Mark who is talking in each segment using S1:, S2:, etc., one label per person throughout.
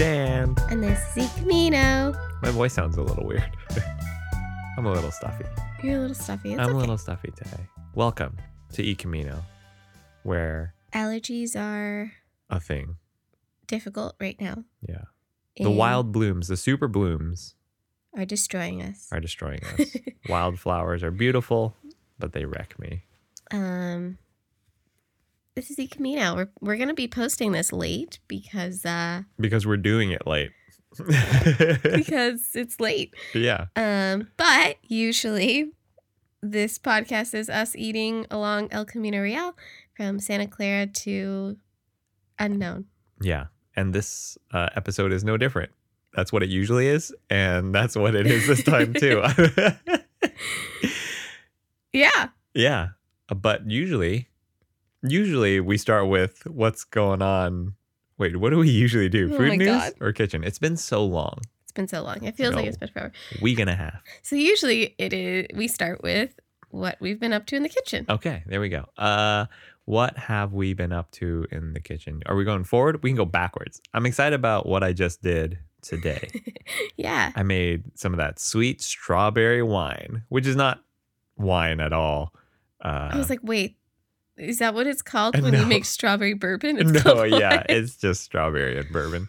S1: And this is Camino.
S2: My voice sounds a little weird. I'm a little stuffy.
S1: You're a little stuffy. It's
S2: I'm
S1: okay.
S2: a little stuffy today. Welcome to E Camino, where
S1: Allergies are
S2: a thing.
S1: difficult right now.
S2: Yeah. The
S1: and
S2: wild blooms, the super blooms,
S1: are destroying us.
S2: are destroying us. Wildflowers are beautiful, but they wreck me.
S1: um, this is E Camino. We're we're gonna be posting this late because uh
S2: Because we're doing it late.
S1: because it's late.
S2: yeah.
S1: Um, but usually this podcast is us eating along El Camino Real from Santa Clara to unknown.
S2: Yeah. And this uh, episode is no different. That's what it usually is. And that's what it is this time, too.
S1: Yeah.
S2: yeah. uh, But usually, usually we start with what's going on. Wait, what do we usually do?
S1: Oh
S2: Food
S1: my
S2: news
S1: God.
S2: or kitchen? It's been so long.
S1: It's been so long. It feels like it's
S2: No.
S1: been forever.
S2: Week and a half.
S1: So usually it is we start with what we've been up to in the kitchen.
S2: Okay, there we go. Uh, what have we been up to in the kitchen? Are we going forward? We can go backwards. I'm excited about what I just did today. Oh.
S1: Yeah.
S2: I made some of that sweet strawberry wine, which is not wine at all. Uh,
S1: I was like, wait, is that what it's called
S2: I
S1: when you
S2: know.
S1: make strawberry bourbon? It's
S2: no,
S1: called
S2: yeah,
S1: wine.
S2: it's just strawberry and bourbon.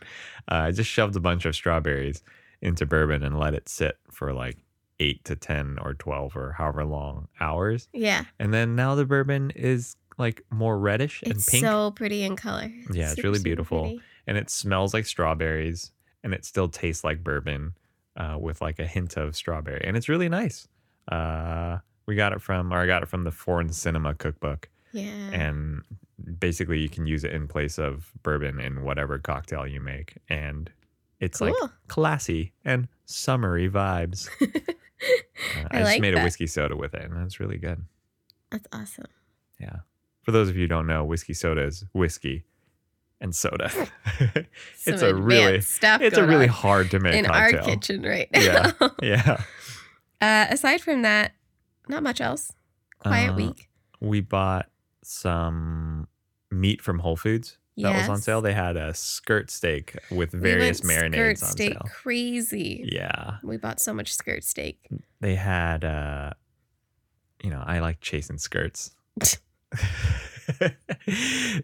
S2: Uh, I just shoved a bunch of strawberries into bourbon and let it sit for like eight to 10 or 12 or however long hours.
S1: Yeah.
S2: And then now the bourbon is like more reddish and
S1: It's
S2: pink.
S1: so pretty in color.
S2: Yeah, it's
S1: super,
S2: really
S1: super
S2: beautiful.
S1: pretty.
S2: and it smells like strawberries and it still tastes like bourbon uh, with like a hint of strawberry and it's really nice uh, we got it from or i got it from the foreign cinema cookbook
S1: Yeah.
S2: and basically you can use it in place of bourbon in whatever cocktail you make and it's
S1: cool.
S2: like classy and summery vibes Uh,
S1: I
S2: i, just
S1: like
S2: made a
S1: that.
S2: whiskey soda with it and that's really good
S1: That's awesome.
S2: for those of you who don't know whiskey soda is whiskey and soda It's
S1: Some
S2: a really-
S1: advanced stuff
S2: it's a
S1: going
S2: really
S1: on
S2: hard to make
S1: in
S2: cocktail
S1: our kitchen right now.
S2: Yeah. yeah
S1: uh, aside from that, not much else. Quiet
S2: Uh,
S1: week.
S2: we bought some meat from Whole Foods that was on
S1: Yes.
S2: sale. They had a skirt steak with
S1: We
S2: various
S1: went
S2: marinades
S1: skirt
S2: on
S1: steak
S2: sale.
S1: Crazy.
S2: Yeah.
S1: We bought so much skirt steak.
S2: They had uh you know, I like chasing skirts.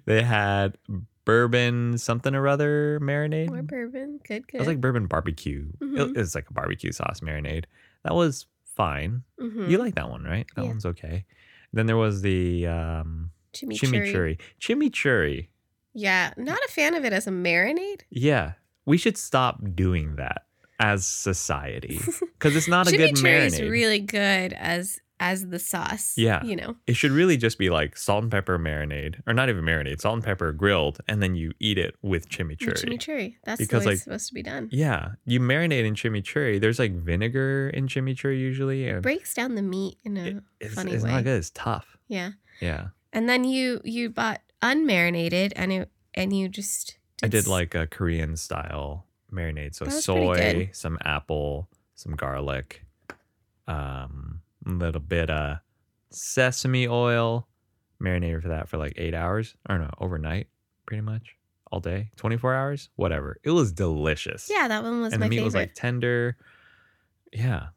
S2: they had bourbon something or other marinade.
S1: More bourbon. Good, good.
S2: It was like bourbon barbecue.
S1: Mhm.
S2: It was like a barbecue sauce marinade. That was fine.
S1: Mhm.
S2: You like that one, right? That
S1: Yeah.
S2: one's okay. Then there was the um
S1: chimichurri.
S2: chimichurri. Chimichurri.
S1: Yeah, not a fan of it as a marinade.
S2: Yeah, we should stop doing that as society because it's not a good
S1: Chimichurri
S2: marinade.
S1: is really good as as the sauce.
S2: Yeah.
S1: you know.
S2: it should really just be like salt and pepper marinade, or not even marinade, salt and pepper grilled, and then you eat it with
S1: with
S2: chimichurri.
S1: Chimichurri. That's
S2: Because,
S1: the way
S2: like,
S1: it's supposed to be done.
S2: Yeah, you marinate in chimichurri. There's like vinegar in chimichurri usually, and
S1: Breaks down the meat in a
S2: It- it's,
S1: funny
S2: it's
S1: way.
S2: not good. It's tough.
S1: yeah,
S2: Yeah,
S1: and then you you bought unmarinated and it and you just
S2: I did
S1: s-
S2: like a Korean style marinade, so
S1: That was pretty
S2: soy,
S1: good.
S2: some apple, some garlic, um, a little bit of sesame oil. Marinated for that for like eight hours, or no, overnight, pretty much all day, twenty four hours, whatever. It was delicious.
S1: yeah that one was
S2: and
S1: my
S2: the meat
S1: favorite.
S2: was like tender. Yeah.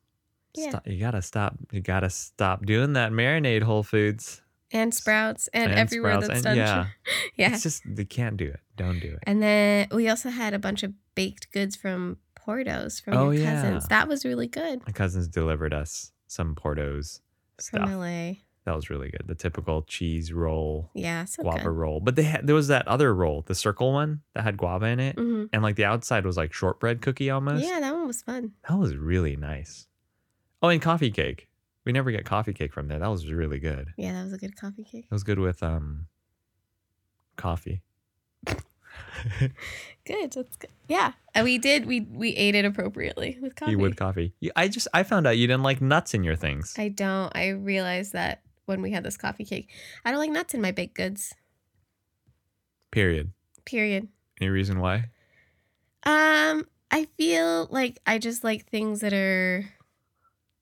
S1: Yeah.
S2: Stop- you gotta stop. You gotta stop doing that marinade. Whole Foods
S1: and sprouts and,
S2: and
S1: everywhere
S2: Sprouts
S1: that's done.
S2: and- Yeah,
S1: yeah.
S2: it's just they can't do it. Don't do it.
S1: And then we also had a bunch of baked goods from Portos from
S2: Oh,
S1: your
S2: yeah.
S1: cousins. That was really good
S2: My cousins delivered us some Portos
S1: from
S2: stuff.
S1: LA.
S2: That was really good. The typical cheese roll,
S1: Yeah, so
S2: guava
S1: good.
S2: roll. But they had there was that other roll, the circle one that had guava in it,
S1: Mhm.
S2: and like the outside was like shortbread cookie almost.
S1: Yeah, that one was fun.
S2: That was really nice. Oh, and coffee cake. We never get coffee cake from there. That was really good.
S1: Yeah, that was a good coffee cake.
S2: It was good with um coffee.
S1: Good. That's good. Yeah, and we did. We we ate it appropriately with coffee.
S2: You would coffee. You- I just I found out you didn't like nuts in your things.
S1: I don't. I realized that when we had this coffee cake, I don't like nuts in my baked goods.
S2: Period.
S1: Period.
S2: Any reason why?
S1: Um, I feel like I just like things that are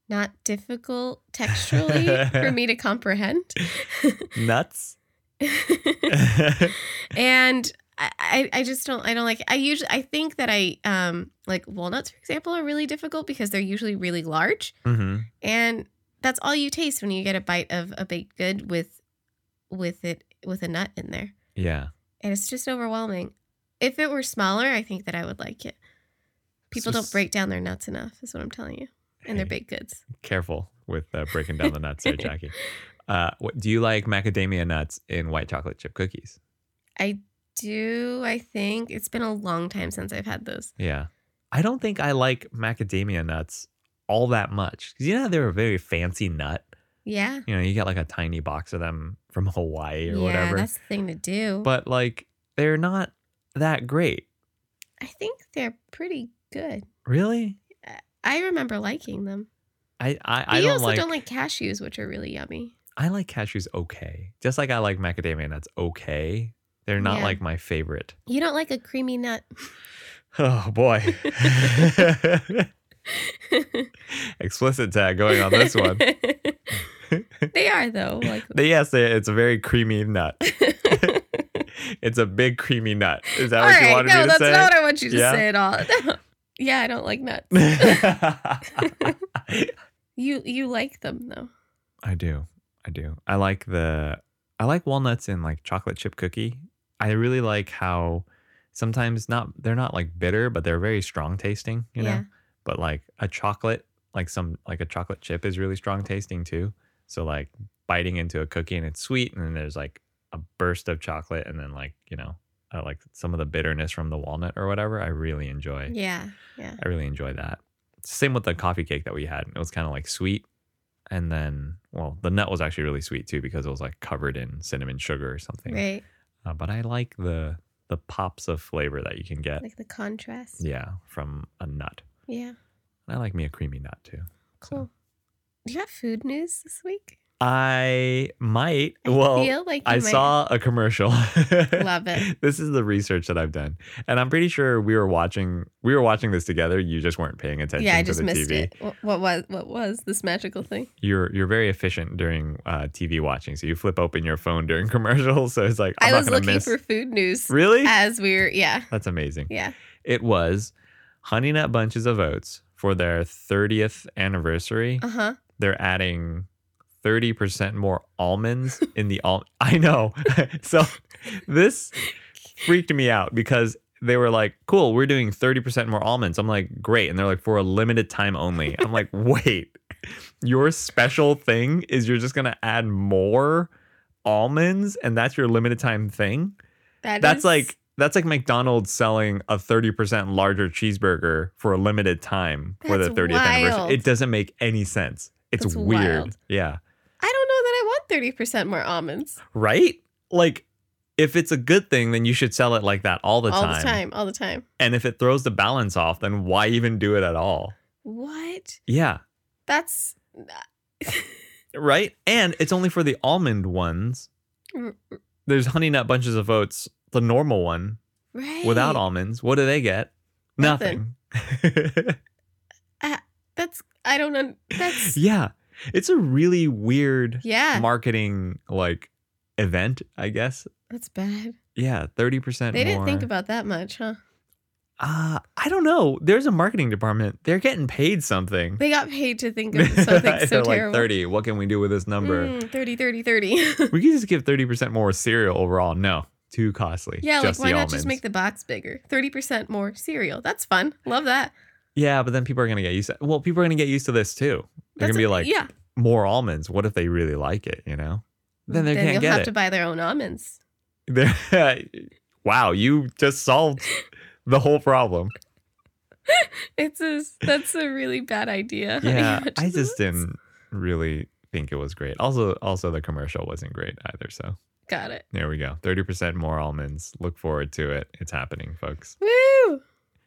S1: not difficult texturally for me to comprehend.
S2: Nuts?
S1: and I, I, I just don't I don't like I usually I think that I um like walnuts for example are really difficult because they're usually really large
S2: Mm-hmm.
S1: and that's all you taste when you get a bite of a baked good with with it with a nut in there
S2: Yeah.
S1: and it's just overwhelming. If it were smaller, I think that I would like it. People
S2: It's
S1: don't
S2: just-
S1: break down their nuts enough is what I'm telling you and their
S2: Hey.
S1: baked goods.
S2: careful with uh, breaking down the nuts there, Jackie. Uh, what, do you like macadamia nuts in white chocolate chip cookies?
S1: I do I think it's been a long time since I've had those.
S2: Yeah. I don't think I like macadamia nuts all that much. Because you know, how they're a very fancy nut.
S1: Yeah.
S2: You know, you get like a tiny box of them from Hawaii or
S1: yeah,
S2: whatever.
S1: that's the thing to do.
S2: But like, they're not that great.
S1: I think they're pretty good.
S2: Really?
S1: I remember liking them.
S2: I, I,
S1: But
S2: I
S1: you
S2: don't,
S1: also
S2: like,
S1: don't like cashews, which are really yummy.
S2: I like cashews okay. Just like I like macadamia nuts okay. They're not
S1: Yeah.
S2: like my favorite.
S1: You don't like a creamy nut.
S2: Oh boy. Explicit tag going on this one.
S1: they are though. Like
S2: But yes, they- it's a very creamy nut. It's a big creamy nut. Is that
S1: All
S2: what
S1: right,
S2: you wanted
S1: no,
S2: me to
S1: that's
S2: say?
S1: not what I want you to
S2: Yeah.
S1: say at all. No. Yeah, I don't like nuts. you you like them though.
S2: I do. I do. I like the I like walnuts in like chocolate chip cookie. I really like how sometimes not they're not like bitter, but they're very strong tasting, you know?
S1: Yeah.
S2: But like a chocolate, like some like a chocolate chip is really strong tasting too. So like biting into a cookie and it's sweet and then there's like a burst of chocolate and then like, you know, uh, like some of the bitterness from the walnut or whatever. I really enjoy.
S1: Yeah, yeah.
S2: I really enjoy that. Same with the coffee cake that we had. It was kind of like sweet. And then, well, the nut was actually really sweet too because it was like covered in cinnamon sugar or something.
S1: Right.
S2: Uh, but I like the the pops of flavor that you can get.
S1: Like the contrast. Yeah.
S2: yeah, from a nut. And I like me a creamy nut too.
S1: Cool. Do you have food news this week?
S2: I might. Well,
S1: feel like you
S2: I
S1: might-
S2: saw a commercial.
S1: Love it.
S2: This is the research that I've done, and I'm pretty sure we were watching. We were watching this together. You just weren't paying attention.
S1: Yeah, I
S2: to
S1: just
S2: the
S1: missed
S2: TV.
S1: it. Wh- What was what was this magical thing?
S2: you're you're very efficient during uh, TV watching. So you flip open your phone during commercials. So it's like I'm
S1: I
S2: not
S1: was
S2: gonna
S1: looking
S2: miss.
S1: for food news
S2: really?
S1: as we were yeah.
S2: That's amazing.
S1: Yeah.
S2: It was Honey Nut Bunches of Oats for their 30th anniversary.
S1: Uh-huh.
S2: They're adding 30% more almonds in the al. I know. so this freaked me out because they were like, "Cool, we're doing 30% more almonds." I'm like, "Great." And they're like, "For a limited time only." I'm like, "Wait. Your special thing is you're just going to add more almonds and that's your limited time thing?"
S1: That
S2: that's
S1: is-
S2: like that's like McDonald's selling a 30% larger cheeseburger for a limited time for the
S1: That's
S2: 30th
S1: wild.
S2: anniversary. It doesn't make any sense. It's
S1: That's
S2: weird.
S1: wild.
S2: Yeah.
S1: I don't know that I want thirty percent more almonds.
S2: Right? Like if it's a good thing, then you should sell it like that all the
S1: all
S2: time.
S1: the time. All the time.
S2: And if it throws the balance off, then why even do it at all?
S1: What?
S2: Yeah.
S1: That's
S2: Right? And it's only for the almond ones.
S1: r- r-
S2: There's honey nut bunches of oats, the normal one
S1: right.
S2: without almonds. What do they get?
S1: Nothing.
S2: Nothing.
S1: That's I don't know. That's
S2: yeah. It's a really weird
S1: yeah.
S2: marketing like event, I guess.
S1: that's bad.
S2: Yeah, 30%
S1: They didn't think
S2: more.
S1: about that much, huh?
S2: Uh, I don't know. There's a marketing department. They're getting paid something.
S1: They got paid to think of something so
S2: They're like
S1: terrible.
S2: 30. What can we do with this number?
S1: Mm, 30, 30, 30.
S2: We could just give 30% more cereal overall. No, too costly.
S1: yeah, like
S2: just
S1: why
S2: the
S1: not
S2: almonds.
S1: just make the box bigger? 30% more cereal. That's fun. Love that.
S2: yeah, but then people are going to get used to Well, people are going to get used to this too. They're
S1: That's
S2: going to be
S1: a-
S2: like,
S1: yeah.
S2: more almonds. What if they really like it, you know? Then they
S1: you'll
S2: can't get
S1: have
S2: it.
S1: to buy their own almonds.
S2: There- wow, you just solved the whole problem.
S1: It's a, that's a really bad idea.
S2: Yeah, I
S1: Just-
S2: just didn't really think it was great. Also, also the commercial wasn't great either. So
S1: got it.
S2: there we go. Thirty percent more almonds. Look forward to it. It's happening, folks.
S1: Woo!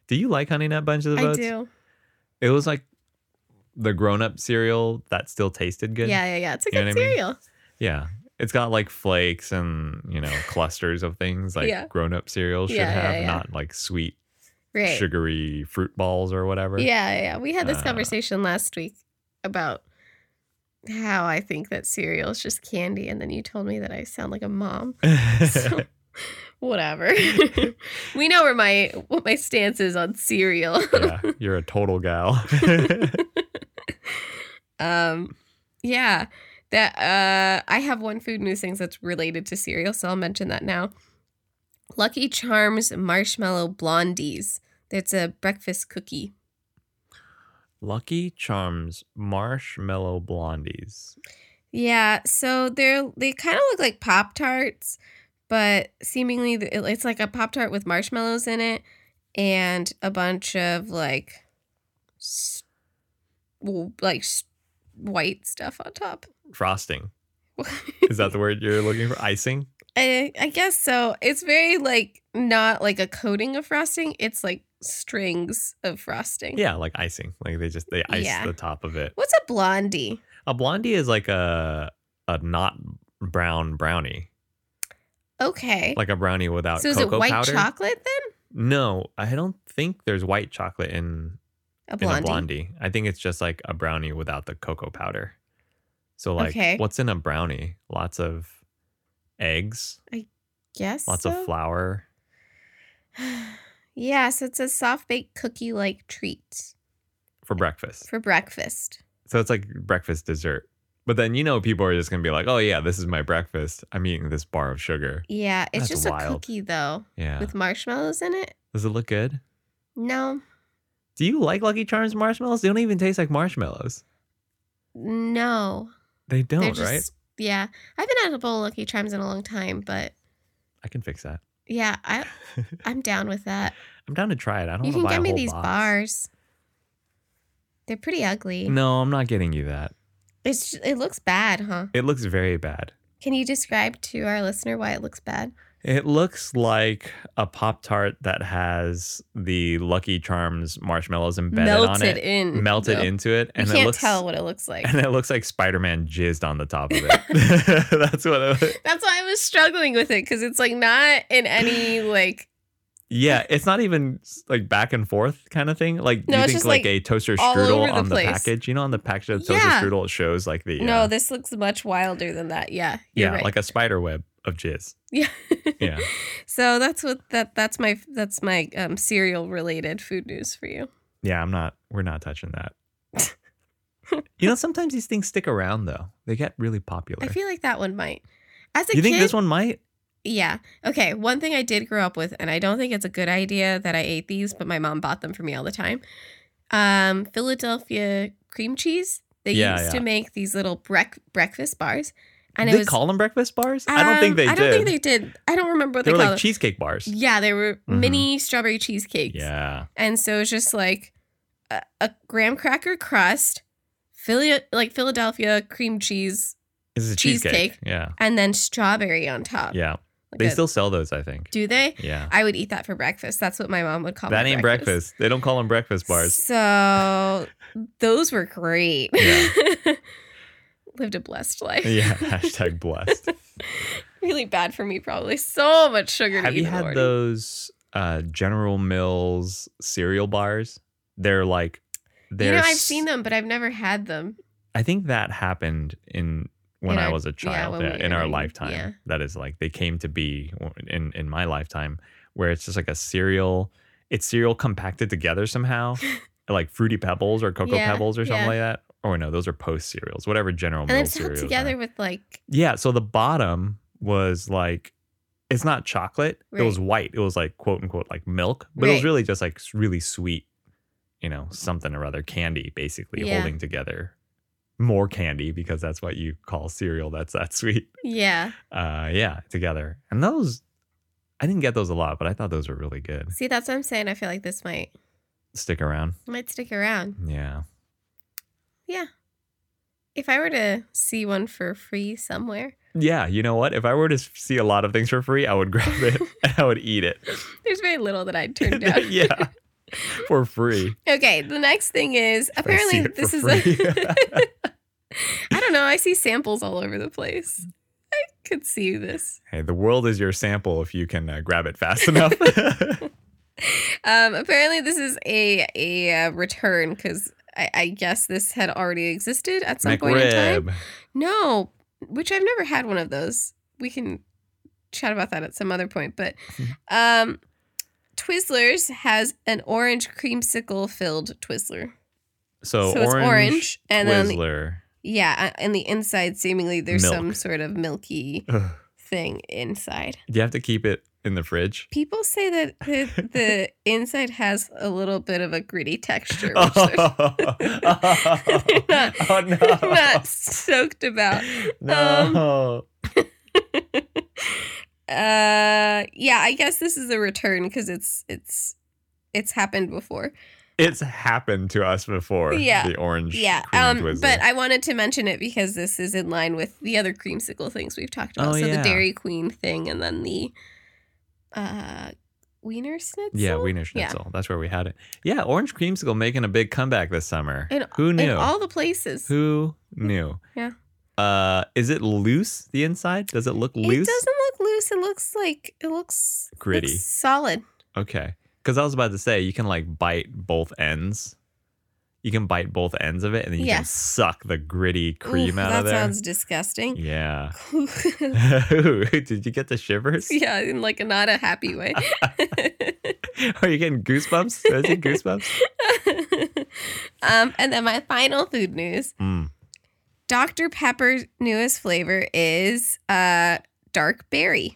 S2: Do you like Honey Nut Bunches of
S1: I
S2: Oats?
S1: do.
S2: It was like the grown-up cereal that still tasted good.
S1: Yeah, yeah, yeah. It's a
S2: You
S1: good
S2: know what I mean?
S1: cereal.
S2: Yeah. It's got like flakes and you know clusters of things like
S1: Yeah.
S2: grown-up cereal should
S1: Yeah, yeah,
S2: have,
S1: yeah.
S2: not like sweet
S1: Right.
S2: sugary fruit balls or whatever.
S1: Yeah, yeah, yeah. We had this
S2: Uh,
S1: conversation last week about how I think that cereal is just candy, and then you told me that I sound like a mom. So whatever. we know where my what my stance is on cereal.
S2: yeah, you're a total gal.
S1: um, yeah, that uh, I have one food news things that's related to cereal, so I'll mention that now. Lucky Charms marshmallow blondies. That's a breakfast cookie.
S2: Lucky Charms marshmallow blondies.
S1: Yeah, so they're they kind of look like pop tarts, but seemingly th- it- it's like a pop tart with marshmallows in it and a bunch of like s- w- like s- white stuff on top.
S2: Frosting. Is that the word you're looking for? Icing?
S1: I, I guess so. It's very like not like a coating of frosting. It's like strings of frosting.
S2: Yeah, like icing. Like they just they ice
S1: Yeah.
S2: the top of it.
S1: What's a blondie?
S2: A blondie is like a a not brown brownie.
S1: Okay.
S2: Like a brownie without
S1: so is it
S2: cocoa
S1: white
S2: powder.
S1: chocolate then?
S2: No, I don't think there's white chocolate in,
S1: A
S2: in a
S1: blondie.
S2: blondie. I think it's just like a brownie without the cocoa powder. So like
S1: Okay.
S2: what's in a brownie? Lots of eggs,
S1: Yes.
S2: lots
S1: so?
S2: of flour.
S1: yeah, so it's a soft baked cookie like treat
S2: For breakfast.
S1: for breakfast.
S2: So it's like breakfast dessert. But then you know people are just gonna be like, Oh yeah, this is my breakfast. I'm eating this bar of sugar.
S1: Yeah, it's
S2: That's
S1: just a
S2: wild.
S1: cookie though
S2: Yeah.
S1: with marshmallows in it.
S2: Does it look good?
S1: No,
S2: Do you like Lucky Charms marshmallows? They don't even taste like marshmallows.
S1: no,
S2: They
S1: they're
S2: don't,
S1: just
S2: right?
S1: yeah. I haven't had a bowl of Lucky Charms in a long time, but
S2: I can fix that.
S1: yeah, I I'm down with that.
S2: I'm down to try it. I don't
S1: You can
S2: want to buy
S1: get
S2: a
S1: me
S2: whole
S1: these
S2: box.
S1: bars. They're pretty ugly.
S2: No, I'm not getting you that.
S1: It's it looks bad, huh?
S2: It looks very bad.
S1: Can you describe to our listener why it looks bad?
S2: It looks like a Pop Tart that has the Lucky Charms marshmallows embedded on
S1: melted
S2: it,
S1: in,
S2: melted
S1: though.
S2: into it,
S1: You
S2: and
S1: can't
S2: it looks
S1: tell what it looks like.
S2: and it looks like Spider Man jizzed on the top of it. That's what. It,
S1: That's why I was struggling with it because it's like not in any like
S2: yeah, it's not even like back and forth kind of thing. Like
S1: No,
S2: you
S1: it's
S2: think
S1: just,
S2: like,
S1: like,
S2: a toaster
S1: all over
S2: strudel
S1: the
S2: on the
S1: place.
S2: package. You know, on the package of the toaster
S1: Yeah.
S2: strudel, it shows like the
S1: no.
S2: uh,
S1: This looks much wilder than that. Yeah, you're
S2: yeah,
S1: right.
S2: like a spider web of jizz.
S1: yeah,
S2: Yeah.
S1: So that's what that that's my that's my um, cereal related food news for you.
S2: Yeah, I'm not. We're not touching that. you know, sometimes these things stick around though. They get really popular.
S1: I feel like that one might. As a
S2: you
S1: kid,
S2: think this one might?
S1: yeah. Okay, one thing I did grow up with, and I don't think it's a good idea that I ate these, but my mom bought them for me all the time. Um, Philadelphia cream cheese. They
S2: Yeah,
S1: used to
S2: yeah.
S1: make these little brec- breakfast bars, and
S2: Did
S1: it
S2: they
S1: was
S2: call them breakfast bars? I don't think
S1: Um,
S2: they
S1: I
S2: did.
S1: don't think they did. I don't remember what
S2: They
S1: they,
S2: were
S1: called
S2: like cheesecake bars.
S1: them. Yeah, they were
S2: Mhm.
S1: mini strawberry cheesecakes.
S2: Yeah.
S1: And so it's just like a, a graham cracker crust, Philly, like Philadelphia cream cheese,
S2: This is a cheesecake.
S1: Cheesecake.
S2: Yeah.
S1: and then strawberry on top.
S2: Yeah.
S1: Like
S2: They
S1: a-
S2: still sell those, I think.
S1: do they?
S2: Yeah.
S1: I would eat that for breakfast. That's what my mom would call
S2: That
S1: my
S2: ain't breakfast. They don't call them breakfast bars.
S1: So those were great.
S2: Yeah.
S1: Lived a blessed life.
S2: yeah. Hashtag blessed.
S1: really bad for me, probably. So much sugar to
S2: Have
S1: eat.
S2: you
S1: in the
S2: had
S1: morning.
S2: those uh, General Mills cereal bars? They're like,
S1: You
S2: they're.
S1: know, I've
S2: s-
S1: seen them, but I've never had them.
S2: I think that happened in when
S1: In
S2: I
S1: our-
S2: was a
S1: yeah,
S2: child,
S1: when
S2: yeah,
S1: we-
S2: in our
S1: when-
S2: lifetime.
S1: yeah.
S2: That is like they came to be in in my lifetime, where it's just like a cereal. It's cereal compacted together somehow, like fruity pebbles or cocoa
S1: Yeah,
S2: pebbles or something
S1: yeah.
S2: like that. Or no, those are post cereals, whatever General
S1: and
S2: Mills
S1: it's held
S2: cereals. Oh, are.
S1: together with like
S2: Yeah, so the bottom was like it's not chocolate. It was
S1: Right.
S2: white. It was like quote unquote like milk, but it was
S1: Right.
S2: really just like s- really sweet, you know, something or other candy basically
S1: Yeah.
S2: holding together more candy because that's what you call cereal that's that sweet.
S1: yeah.
S2: Uh yeah, together. And those I didn't get those a lot, but I thought those were really good.
S1: See, that's what I'm saying. I feel like this might
S2: Stick around.
S1: might stick around.
S2: Yeah.
S1: If I were to see one for free somewhere,
S2: Yeah, you know what? If I were to s- see a lot of things for free, I would grab it and I would eat it.
S1: there's very little that I'd turn down.
S2: yeah. For free.
S1: Okay, the next thing is
S2: I see
S1: apparently
S2: it for
S1: this is
S2: free.
S1: a I don't know, I see samples all over the place. I could see this.
S2: Hey, the world is your sample if you can uh, grab it fast enough.
S1: Um apparently this is a a uh, return cuz I, I guess this had already existed at some point in time.
S2: McRib.
S1: No, which I've never had one of those. We can chat about that at some other point, but
S2: Hmm.
S1: um, Twizzlers has an orange creamsicle filled Twizzler.
S2: So,
S1: so
S2: orange,
S1: it's orange, and then the-
S2: Twizzler.
S1: yeah, uh, and the inside seemingly there's some
S2: Milk.
S1: sort of milky
S2: Ugh.
S1: thing inside.
S2: Do you have to keep it in the fridge?
S1: People say that the, the inside has a little bit of a gritty texture, which they're not-
S2: oh no!
S1: not Um, stoked about.
S2: no.
S1: Uh, yeah, I guess this is a return because it's it's it's happened before.
S2: it's happened to us before.
S1: Yeah.
S2: The orange.
S1: Yeah.
S2: cream
S1: Um,
S2: Twizzler.
S1: but I wanted to mention it because this is in line with the other creamsicle things we've talked about.
S2: Oh,
S1: so
S2: yeah.
S1: the Dairy Queen thing and then the uh Wiener Schnitzel.
S2: yeah, Wiener
S1: Yeah.
S2: Schnitzel. That's where we had it. Yeah, orange creamsicle making a big comeback this summer.
S1: In-
S2: Who
S1: in
S2: knew?
S1: all the places.
S2: Who knew?
S1: Yeah.
S2: Uh, is it loose the inside? Does it look
S1: It
S2: loose?
S1: doesn't look loose. It looks like it looks looks
S2: Gritty.
S1: solid.
S2: Okay. Because I was about to say you can like bite both ends. You can bite both ends of it, and then you
S1: Yeah.
S2: can suck the gritty cream
S1: Oof,
S2: out
S1: that
S2: of there.
S1: sounds disgusting.
S2: Yeah. Ooh, Did you get the shivers?
S1: yeah, in like a not a happy way.
S2: Are you getting goosebumps? Are you goosebumps?
S1: um, and then my final food news
S2: Mm.
S1: Dr. Pepper's newest flavor is uh, dark berry.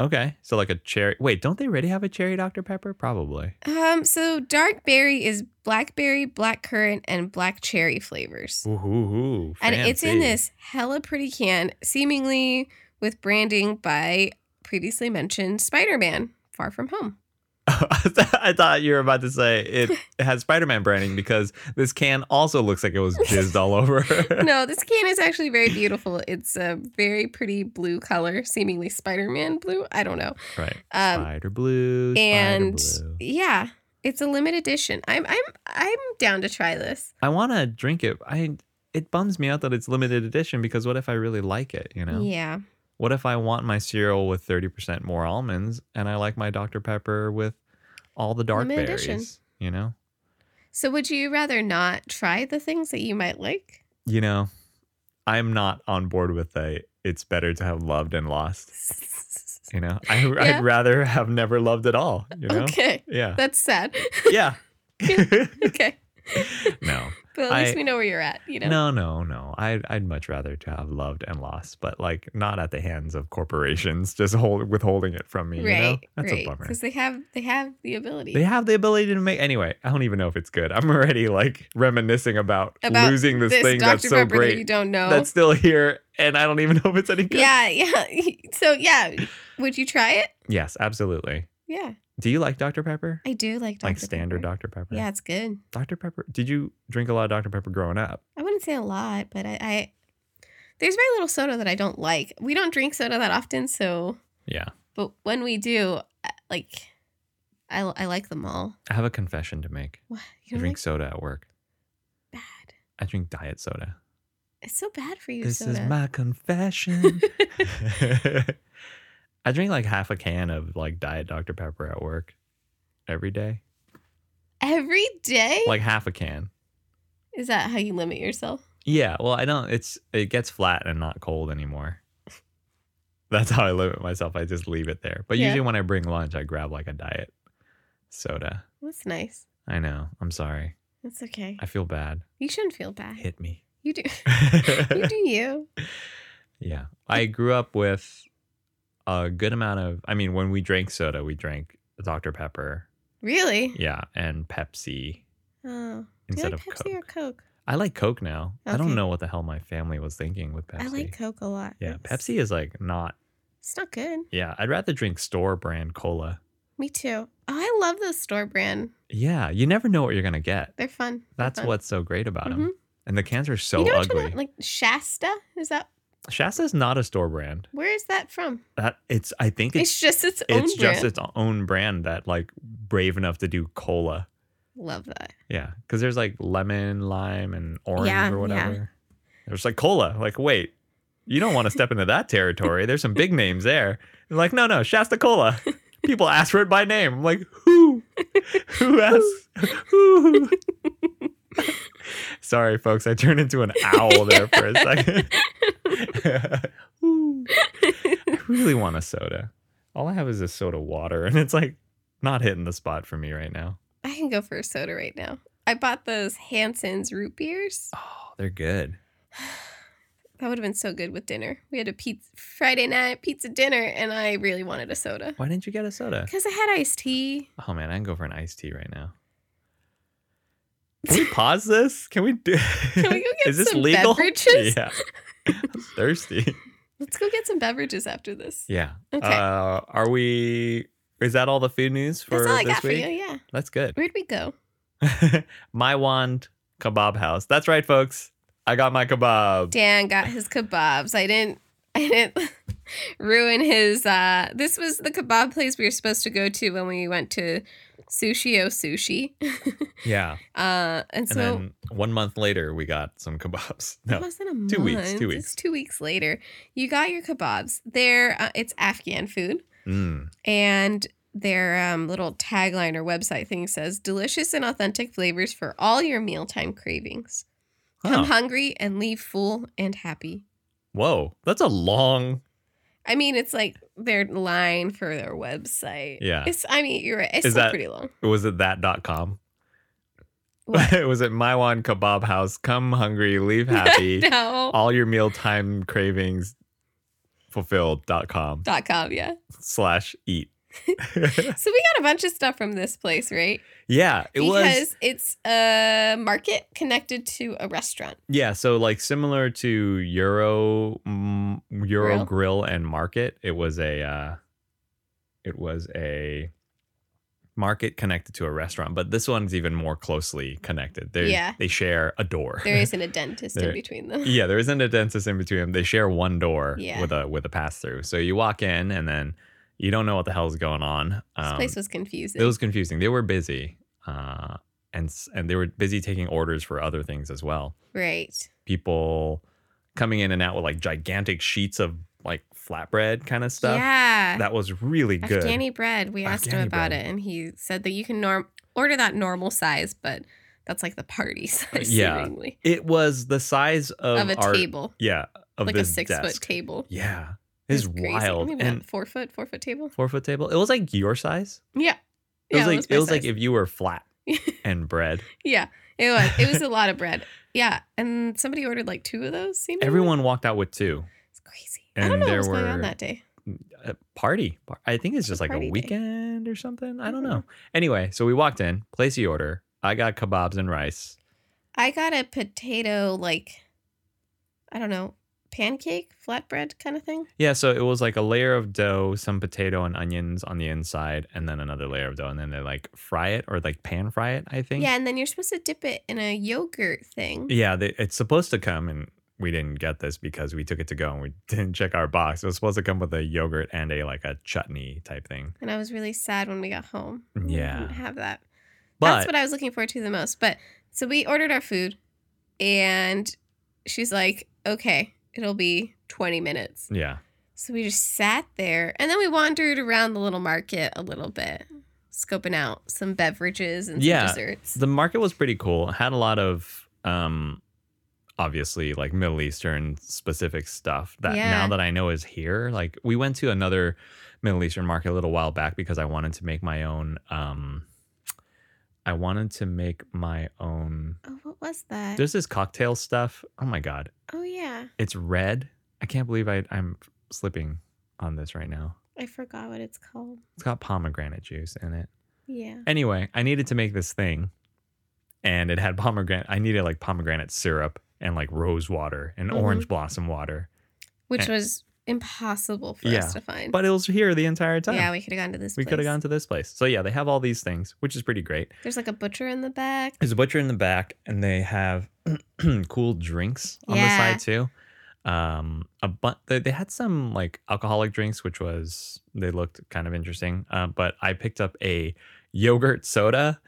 S2: Okay. So like a cherry. Wait, don't they already have a cherry Dr Pepper? Probably.
S1: Um, so dark berry is blackberry, blackcurrant, and black cherry flavors.
S2: Ooh, ooh, ooh,
S1: And it's in
S2: fancy.
S1: this hella pretty can, seemingly with branding by previously mentioned Spider Man Far From Home.
S2: I thought you were about to say it has Spider-Man branding because this can also looks like it was jizzed all over.
S1: no, this can is actually very beautiful. It's a very pretty blue color, seemingly Spider Man blue. I don't know.
S2: Right.
S1: Um,
S2: spider blue. spider
S1: and
S2: blue.
S1: yeah, it's a limited edition. I'm I'm I'm down to try this.
S2: I want to drink it. I it bums me out that it's limited edition because what if I really like it? You know,
S1: Yeah,
S2: what if I want my cereal with thirty percent more almonds and I like my Dr Pepper with all the dark
S1: Limited
S2: berries?
S1: edition.
S2: You know,
S1: So would you rather not try the things that you might like?
S2: you know, I'm not on board with a. It's better to have loved and lost. You know, I,
S1: Yeah.
S2: I'd rather have never loved at all. You know,
S1: Okay,
S2: yeah,
S1: that's sad.
S2: yeah.
S1: okay,
S2: no,
S1: but at least
S2: I-
S1: we know where you're at. You know.
S2: no, no, no. I, I'd much rather to have loved and lost, but like not at the hands of corporations just hold, withholding it from me.
S1: Right,
S2: you know? That's
S1: right.
S2: a bummer.
S1: Because they have they have the ability.
S2: They have the ability to make. Anyway, I don't even know if it's good. I'm already like reminiscing about,
S1: About
S2: losing this, thing
S1: Dr.
S2: that's so
S1: Pepper that you
S2: great
S1: don't know.
S2: that's still here, and I don't even know if it's any good.
S1: yeah, yeah. So yeah, would you try it?
S2: Yes, absolutely.
S1: Yeah,
S2: Do you like Dr. Pepper?
S1: I do like Dr.
S2: like standard
S1: Pepper.
S2: Dr. Pepper?
S1: Yeah, it's good.
S2: Dr. Pepper. Did you drink a lot of Dr. Pepper growing up?
S1: I wouldn't say a lot, but I, I there's very little soda that I don't like. We don't drink soda that often, so
S2: Yeah.
S1: but when we do, I- like I, I like them all.
S2: I have a confession to make.
S1: What
S2: I
S1: you don't
S2: drink
S1: like
S2: soda at work.
S1: bad?
S2: I drink diet soda.
S1: It's so bad for you.
S2: This
S1: soda.
S2: is my confession. I drink like half a can of like Diet Dr. Pepper at work every day.
S1: every day.
S2: Like half a can.
S1: is that how you limit yourself?
S2: Yeah, well, I don't it's it gets flat and not cold anymore. That's how I limit myself. I just leave it there. But
S1: Yeah.
S2: usually when I bring lunch, I grab like a diet soda.
S1: That's nice.
S2: I know. I'm sorry.
S1: That's okay.
S2: I feel bad.
S1: You shouldn't feel bad.
S2: Hit me.
S1: You do. you do you.
S2: Yeah. I grew up with a good amount of, I mean, when we drank soda, we drank Dr. Pepper.
S1: Really?
S2: Yeah. And Pepsi
S1: Oh. Do you
S2: instead
S1: like
S2: of
S1: Pepsi
S2: Coke.
S1: or Coke?
S2: I like Coke now. I
S1: Okay.
S2: don't know what the hell my family was thinking with Pepsi.
S1: I like Coke a lot.
S2: Yeah.
S1: It's-
S2: Pepsi is like not,
S1: It's not good.
S2: yeah. I'd rather drink store brand cola.
S1: Me too. Oh, I love the store brand.
S2: Yeah. You never know what you're going to get.
S1: They're fun. They're
S2: That's
S1: fun.
S2: what's so great about them.
S1: Mhm.
S2: And the cans are so
S1: you know which one I-
S2: ugly.
S1: like Shasta? Is that
S2: Shasta's not a store brand.
S1: where is that from?
S2: That it's, I think
S1: It's,
S2: it's,
S1: just its own
S2: it's
S1: brand.
S2: just its own brand that like brave enough to do cola.
S1: love that.
S2: Yeah, because there's like lemon, lime, and orange
S1: Yeah,
S2: or
S1: yeah.
S2: whatever. There's like cola. Like, wait, you don't want to step into that territory. There's some big names there. They're like, no, no, Shasta Cola. People ask for it by name. I'm like, who? Who asked? Who? Sorry, folks. I turned into an owl there for a second. Who? I really want a soda. All I have is a soda water, and it's like not hitting the spot for me right now.
S1: I can go for a soda right now. I bought those Hanson's root beers.
S2: Oh, they're good.
S1: That would have been so good with dinner. We had a pizza Friday night pizza dinner, and I really wanted a soda
S2: Why didn't you get a soda?
S1: because I had iced tea.
S2: Oh man, I can go for an iced tea right now. Can we pause this? Can we do? Can
S1: we go get some beverages?
S2: Yeah, I'm thirsty.
S1: Let's go get some beverages after this.
S2: Yeah.
S1: Okay.
S2: Uh, are we? Is that all the food news for
S1: That's all I
S2: this
S1: got for
S2: week?
S1: you. Yeah.
S2: That's good.
S1: Where'd we go?
S2: my wand kebab house. That's right, folks. I got my kebab.
S1: Dan got his kebabs. I didn't I didn't ruin his uh this was the kebab place we were supposed to go to when we went to Sushi O Sushi.
S2: Yeah.
S1: uh and
S2: And
S1: so
S2: then one month later, we got some kebabs.
S1: it
S2: No.
S1: wasn't a
S2: two
S1: month.
S2: weeks, two
S1: It's
S2: weeks.
S1: two weeks later. You got your kebabs. They're uh, it's Afghan food
S2: Mm.
S1: and their um, little tagline or website thing says delicious and authentic flavors for all your mealtime cravings. Come
S2: Huh.
S1: hungry and leave full and happy.
S2: Whoa. That's a long.
S1: I mean, it's like their line for their website.
S2: Yeah.
S1: It's, I mean, you're right. It's
S2: Is
S1: still
S2: that-
S1: pretty long.
S2: Was it that dot com?
S1: What?
S2: was it my wand kebab house? Come hungry, leave happy.
S1: no.
S2: all your mealtime cravings fulfilled dot com
S1: Dot com, yeah.
S2: slash eat.
S1: So we got a bunch of stuff from this place, right?
S2: yeah. It was.
S1: because it's a market connected to a restaurant.
S2: Yeah, so like similar to Euro mm, Euro
S1: Grill?
S2: Grill, and Market, it was a uh, it was a market connected to a restaurant, but this one's even more closely connected. They
S1: Yeah.
S2: they share a door.
S1: There isn't a dentist in
S2: There-
S1: between them.
S2: yeah, there isn't a dentist in between them. They share one door
S1: Yeah.
S2: with a with a pass through. So you walk in and then you don't know what the hell's going on.
S1: This
S2: Um,
S1: place was confusing.
S2: it was confusing. They were busy, uh, and s- and they were busy taking orders for other things as well
S1: right.
S2: people coming in and out with like gigantic sheets of like flatbread kind of stuff.
S1: Yeah.
S2: That was really good.
S1: Afghani bread. We asked
S2: Afghani
S1: him about
S2: bread.
S1: it, and he said that you can norm order that normal size, but that's like the party size,
S2: Uh, yeah.
S1: seemingly,
S2: it was the size of,
S1: of a
S2: our,
S1: table,
S2: Yeah, of
S1: like a
S2: this
S1: six
S2: desk.
S1: foot table.
S2: Yeah, it's
S1: It's crazy.
S2: wild
S1: Maybe
S2: and
S1: not four foot, four foot table.
S2: four foot table. It was like your size.
S1: Yeah.
S2: It was
S1: yeah,
S2: like it was
S1: my
S2: like
S1: size.
S2: if you were flat and bread.
S1: yeah, it was. It was a lot of bread. Yeah, and somebody ordered like two of those. Seemingly.
S2: Everyone walked out with two.
S1: It's crazy. I don't
S2: and
S1: know what
S2: there
S1: was going on
S2: were-
S1: that day.
S2: a party. I think
S1: It's
S2: it's
S1: a
S2: just like
S1: party day.
S2: a weekend or something. I don't
S1: Mhm.
S2: know. Anyway, so we walked in, place the order. I got kebabs and rice.
S1: I got a potato like, I don't know, pancake flatbread kind of thing.
S2: Yeah, so it was like a layer of dough, some potato and onions on the inside, and then another layer of dough, and then they like fry it or like pan fry it. I think.
S1: Yeah, and then you're supposed to dip it in a yogurt thing.
S2: Yeah, they, it's supposed to come, and we didn't get this because we took it to go and we didn't check our box. It was supposed to come with a yogurt and a like a chutney type thing.
S1: And I was really sad when we got home. We
S2: Yeah.
S1: didn't have that. That's
S2: But
S1: what I was looking forward to the most. But so we ordered our food, and she's like, okay, it'll be 20 minutes.
S2: yeah,
S1: So we just sat there, and then we wandered around the little market a little bit, scoping out some beverages and some
S2: Yeah.
S1: desserts.
S2: the market was pretty cool. It had a lot of um, obviously like Middle Eastern specific stuff that
S1: Yeah.
S2: now that I know is here. Like we went to another Middle Eastern market a little while back because I wanted to make my own. Um, I wanted to make my own.
S1: oh, what was that?
S2: There's this cocktail stuff. Oh my god,
S1: oh, yeah.
S2: it's red. I can't believe I I'm slipping on this right now.
S1: I forgot what it's called.
S2: It's got pomegranate juice in it.
S1: Yeah.
S2: Anyway, I needed to make this thing, and it had pomegranate. I needed like pomegranate syrup and like rose water and
S1: Mhm.
S2: orange blossom water.
S1: Which
S2: Eh.
S1: was impossible for
S2: Yeah,
S1: us to find.
S2: But it was here the entire time.
S1: yeah, we could have gone to this
S2: we could have
S1: place.
S2: gone to this place. So yeah, they have all these things, which is pretty great.
S1: There's like a butcher in the back.
S2: There's a butcher in the back, and they have cool drinks on
S1: Yeah.
S2: the side too. Um, a bu- they, they had some like alcoholic drinks, which was they looked kind of interesting. Uh, but I picked up a yogurt soda,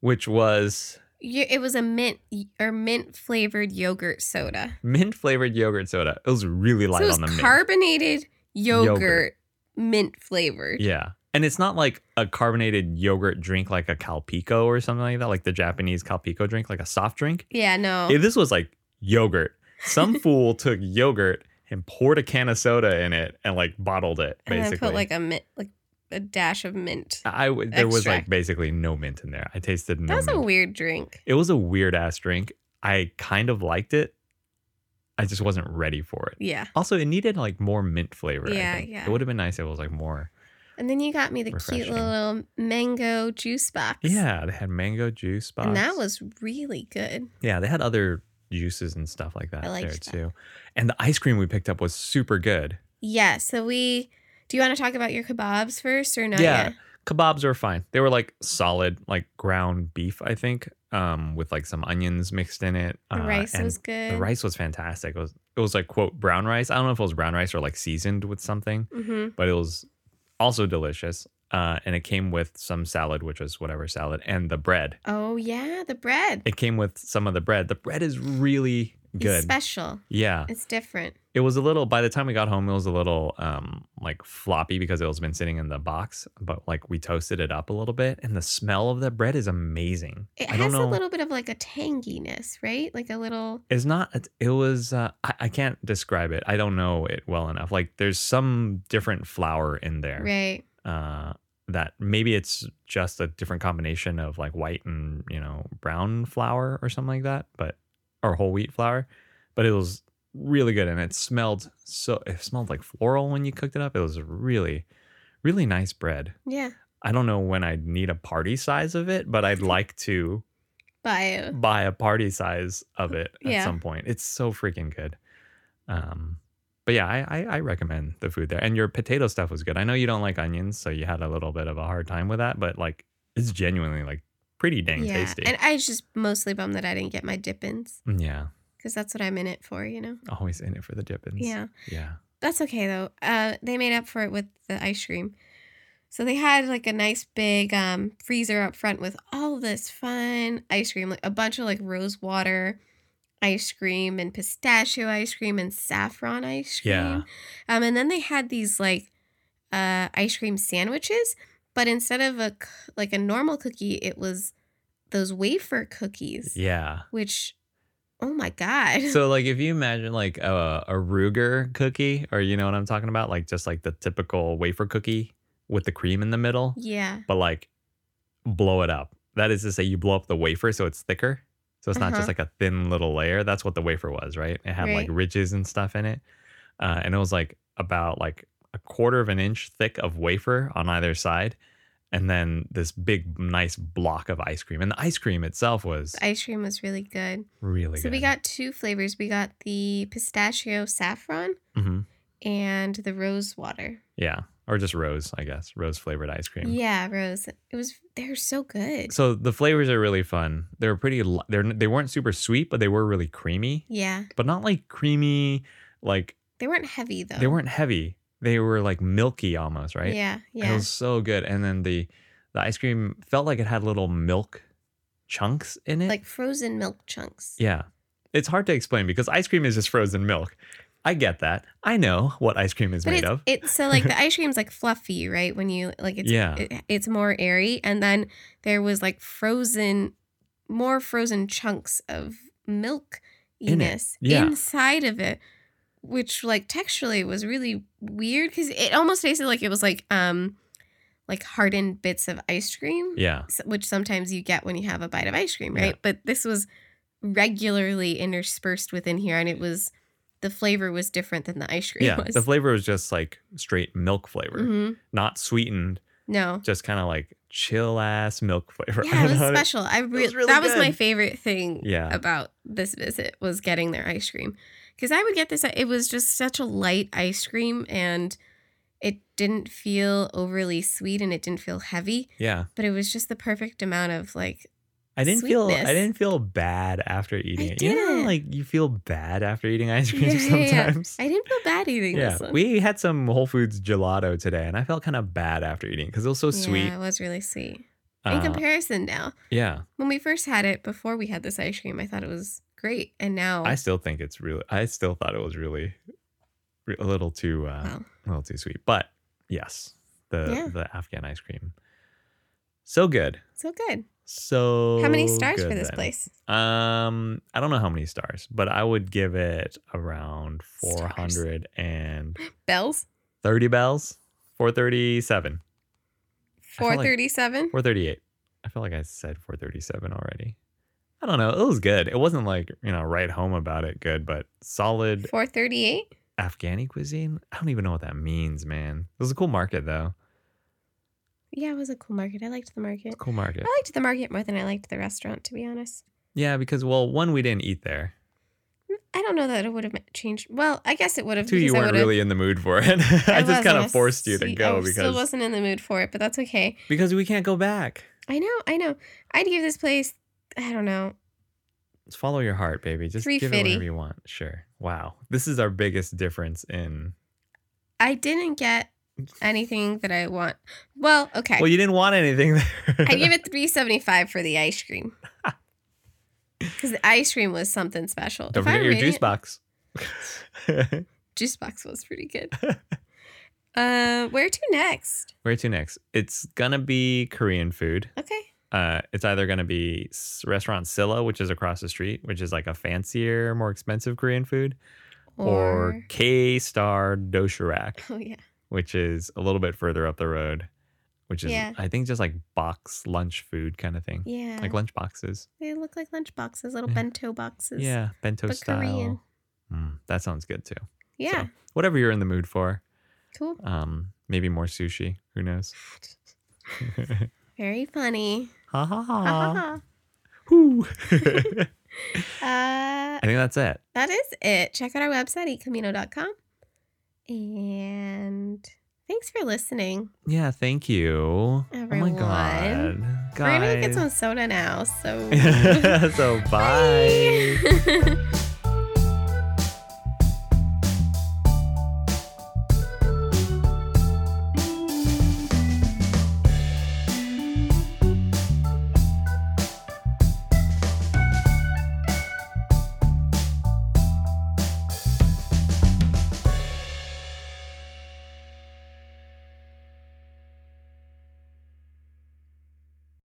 S2: which was
S1: You, it was a mint or mint flavored yogurt soda.
S2: mint flavored yogurt soda. It was really light
S1: so it was
S2: on the mint.
S1: carbonated yogurt,
S2: Yogurt.
S1: mint flavored.
S2: Yeah. And it's not like a carbonated yogurt drink like a Calpico or something like that, like the Japanese Calpico drink, like a soft drink.
S1: Oh. Yeah, no.
S2: If this was like yogurt. Some fool took yogurt and poured a can of soda in it and like bottled it
S1: And
S2: basically.
S1: I put like a mint, like a dash of mint.
S2: I would there was like
S1: extract.
S2: basically no mint in there. I tasted no
S1: That was a
S2: mint.
S1: weird drink.
S2: it was a weird ass drink. I kind of liked it. I just wasn't ready for it.
S1: Yeah.
S2: Also, it needed like more mint flavor. I
S1: Yeah,
S2: think.
S1: yeah.
S2: It would have been nice if it was like more.
S1: And then you got me the
S2: Refreshing.
S1: cute little mango juice box.
S2: Yeah, they had mango juice box.
S1: And that was really good.
S2: Yeah, they had other juices and stuff like that
S1: I liked
S2: there
S1: that.
S2: too. And the ice cream we picked up was super good.
S1: Yeah. So we, do you want to talk about your kebabs first or not?
S2: Yeah.
S1: yet?
S2: Kebabs were fine. They were like solid, like ground beef, I think, um, with like some onions mixed in it.
S1: The
S2: uh,
S1: rice
S2: and
S1: was good.
S2: The rice was fantastic. It was it was like quote brown rice. I don't know if it was brown rice or like seasoned with something,
S1: Mm-hmm.
S2: but it was also delicious. Uh, and it came with some salad, which was whatever salad, and the bread.
S1: Oh, yeah. The bread.
S2: It came with some of the bread. The bread is really
S1: It's
S2: good.
S1: special.
S2: yeah,
S1: It's different.
S2: it was a little. By the time we got home, it was a little um like floppy because it was been sitting in the box. But like we toasted it up a little bit, and the smell of the bread is amazing.
S1: It
S2: I don't
S1: has
S2: know.
S1: a little bit of like a tanginess, right? Like a little.
S2: it's not it- it was uh, I, I can't describe it i don't know it well enough like there's some different flour in there
S1: Right.
S2: uh, that maybe it's just a different combination of like white and you know brown flour or something like that but or whole wheat flour but it was really good and it smelled so it smelled like floral when you cooked it up it was a really really nice bread
S1: Yeah.
S2: i don't know when i'd need a party size of it but i'd like to
S1: Bio.
S2: buy a party size of it at
S1: Yeah.
S2: some point. It's so freaking good. Um, but yeah, I, I I recommend the food there. And your potato stuff was good. I know you don't like onions, so you had a little bit of a hard time with that, but like it's genuinely like pretty dang
S1: yeah.
S2: tasty. Mm,
S1: And I was just mostly bummed that I didn't get my dippins
S2: yeah,
S1: because that's what I'm in it for, you know?
S2: always in it for the dippins.
S1: Yeah.
S2: yeah.
S1: That's okay though. Uh, they made up for it with the ice cream. So they had like a nice big um, freezer up front with all this fun ice cream, like a bunch of like rose water ice cream and pistachio ice cream and saffron ice cream.
S2: Yeah.
S1: Um, and then they had these like uh, ice cream sandwiches, but instead of a c- like a normal cookie, it was those wafer cookies,
S2: Yeah.
S1: which oh my god,
S2: So like if you imagine like a, a Ruger cookie, or you know what I'm talking about, like just like the typical wafer cookie with the cream in the middle.
S1: yeah,
S2: but like blow it up. That is to say, you blow up the wafer so it's thicker. So it's not just
S1: Uh-huh.
S2: like a thin little layer. That's what the wafer was, right? It had like
S1: Right.
S2: ridges and stuff in it, uh, and it was like about like a quarter of an inch thick of wafer on either side, and then this big nice block of ice cream. And the ice cream itself was
S1: the ice cream was really good.
S2: really
S1: So
S2: good.
S1: we got two flavors. We got the pistachio saffron
S2: Mhm.
S1: and the rose water.
S2: yeah, or just rose, I guess, rose flavored ice cream.
S1: Yeah, rose. It was they're so good.
S2: So the flavors are really fun. They're pretty. li- They're they weren't super sweet, but they were really creamy.
S1: yeah.
S2: but not like creamy. Like
S1: They weren't heavy though.
S2: they weren't heavy. They were like milky almost, right?
S1: Oh. Yeah,
S2: And it
S1: yeah.
S2: was so good. And then the the ice cream felt like it had little milk chunks in it.
S1: Like frozen milk chunks.
S2: yeah, it's hard to explain because ice cream is just frozen milk. I get that. I know what ice cream is
S1: But
S2: made
S1: it's,
S2: of.
S1: it's so like the ice cream's like fluffy, right? When you like it's
S2: Yeah.
S1: it- it's more airy and then there was like frozen more frozen chunks of milk
S2: In it, yeah.
S1: inside of it which like texturally was really weird cuz it almost tasted like it was like um like hardened bits of ice cream
S2: yeah,
S1: s- which sometimes you get when you have a bite of ice cream,
S2: Yeah.
S1: right? But this was regularly interspersed within here, and it was the flavor was different than the ice cream
S2: yeah.
S1: was.
S2: The flavor was just like straight milk flavor,
S1: hmm
S2: not sweetened.
S1: No,
S2: Just kind of like chill ass milk flavor. I
S1: yeah, it
S2: don't
S1: was
S2: know how to-
S1: special. I re-
S2: was really
S1: that was my
S2: good.
S1: favorite thing
S2: Yeah.
S1: about this visit was getting their ice cream because I would get this. It was just such a light ice cream, and it didn't feel overly sweet, and it didn't feel heavy,
S2: Yeah,
S1: but it was just the perfect amount of like
S2: I didn't feel I
S1: sweetness.
S2: didn't feel bad after eating
S1: I
S2: it. You know,
S1: didn't.
S2: like you feel bad after eating ice cream
S1: Yeah, yeah, yeah.
S2: sometimes.
S1: I didn't feel bad eating
S2: Yeah,
S1: this one.
S2: we had some Whole Foods gelato today, and I felt kind of bad after eating because it was so sweet.
S1: Yeah, it was really sweet.
S2: Uh,
S1: In comparison, now
S2: yeah,
S1: when we first had it before we had this ice cream, I thought it was great, and now
S2: I still think it's really. I still thought it was really re- a little too uh,
S1: wow,
S2: a little too sweet, but yes, the
S1: Yeah.
S2: the Afghan ice cream. So good.
S1: So good.
S2: So
S1: How many stars for
S2: good
S1: this
S2: then.
S1: place?
S2: Um, I don't know how many stars, but I would give it around 430
S1: Bells?
S2: bells. 437. I felt like-
S1: 437?
S2: 438. I feel like I said 437 already. I don't know. It was good. It wasn't like, you know, right home about it good, but solid
S1: 438?
S2: Afghani cuisine. I don't even know what that means, man. It was a cool market, though.
S1: Yeah, it was a cool market. I liked the market.
S2: It's a cool market.
S1: I liked the market more than I liked the restaurant, to be honest.
S2: Yeah, because, well, one, we didn't eat there.
S1: I don't know that it would have changed. Well, I guess it would have.
S2: Two, you
S1: because I
S2: weren't
S1: would have-
S2: really in the mood for it. I, just
S1: wasn't.
S2: kind of
S1: was
S2: forced you to
S1: sweet-
S2: go
S1: I still
S2: because,
S1: wasn't in the mood for it, but that's okay.
S2: because we can't go back.
S1: I know, I know. I'd give this place, I don't know,
S2: Just follow your heart, baby. Just give it
S1: 350.
S2: whatever you want. Sure. Wow. This is our biggest difference in.
S1: I didn't get anything that I want. Well, okay.
S2: Well, you didn't want anything there.
S1: I give it 375 for the ice cream. Because the ice cream was something special.
S2: Don't
S1: If I
S2: forget your
S1: rate
S2: juice
S1: it-
S2: box.
S1: Juice box was pretty good. uh, where to next?
S2: Where to next? It's gonna be Korean food.
S1: Okay.
S2: Uh, it's either gonna be s- restaurant Silla, which is across the street, which is like a fancier, more expensive Korean food, or, K Star Doshirak,
S1: oh yeah,
S2: which is a little bit further up the road, which is
S1: Yeah.
S2: I think just like box lunch food kind of thing,
S1: yeah.
S2: like lunch boxes.
S1: they look like lunch boxes, little
S2: Yeah.
S1: bento boxes.
S2: Yeah, bento
S1: but
S2: style.
S1: Korean.
S2: Mm, that sounds good too.
S1: Yeah.
S2: So, whatever you're in the mood for.
S1: Cool.
S2: Um, maybe more sushi. Who knows? ha
S1: Very funny.
S2: ha ha.
S1: Ha
S2: Whew.
S1: ha ha.
S2: I
S1: Uh,
S2: think that's it.
S1: that is it. Check out our website, ecamino.com. And thanks for listening.
S2: Yeah, thank you. Oh
S1: Everyone.
S2: my god.
S1: We're going to get
S2: Guys.
S1: some soda now. So,
S2: so bye.
S1: bye.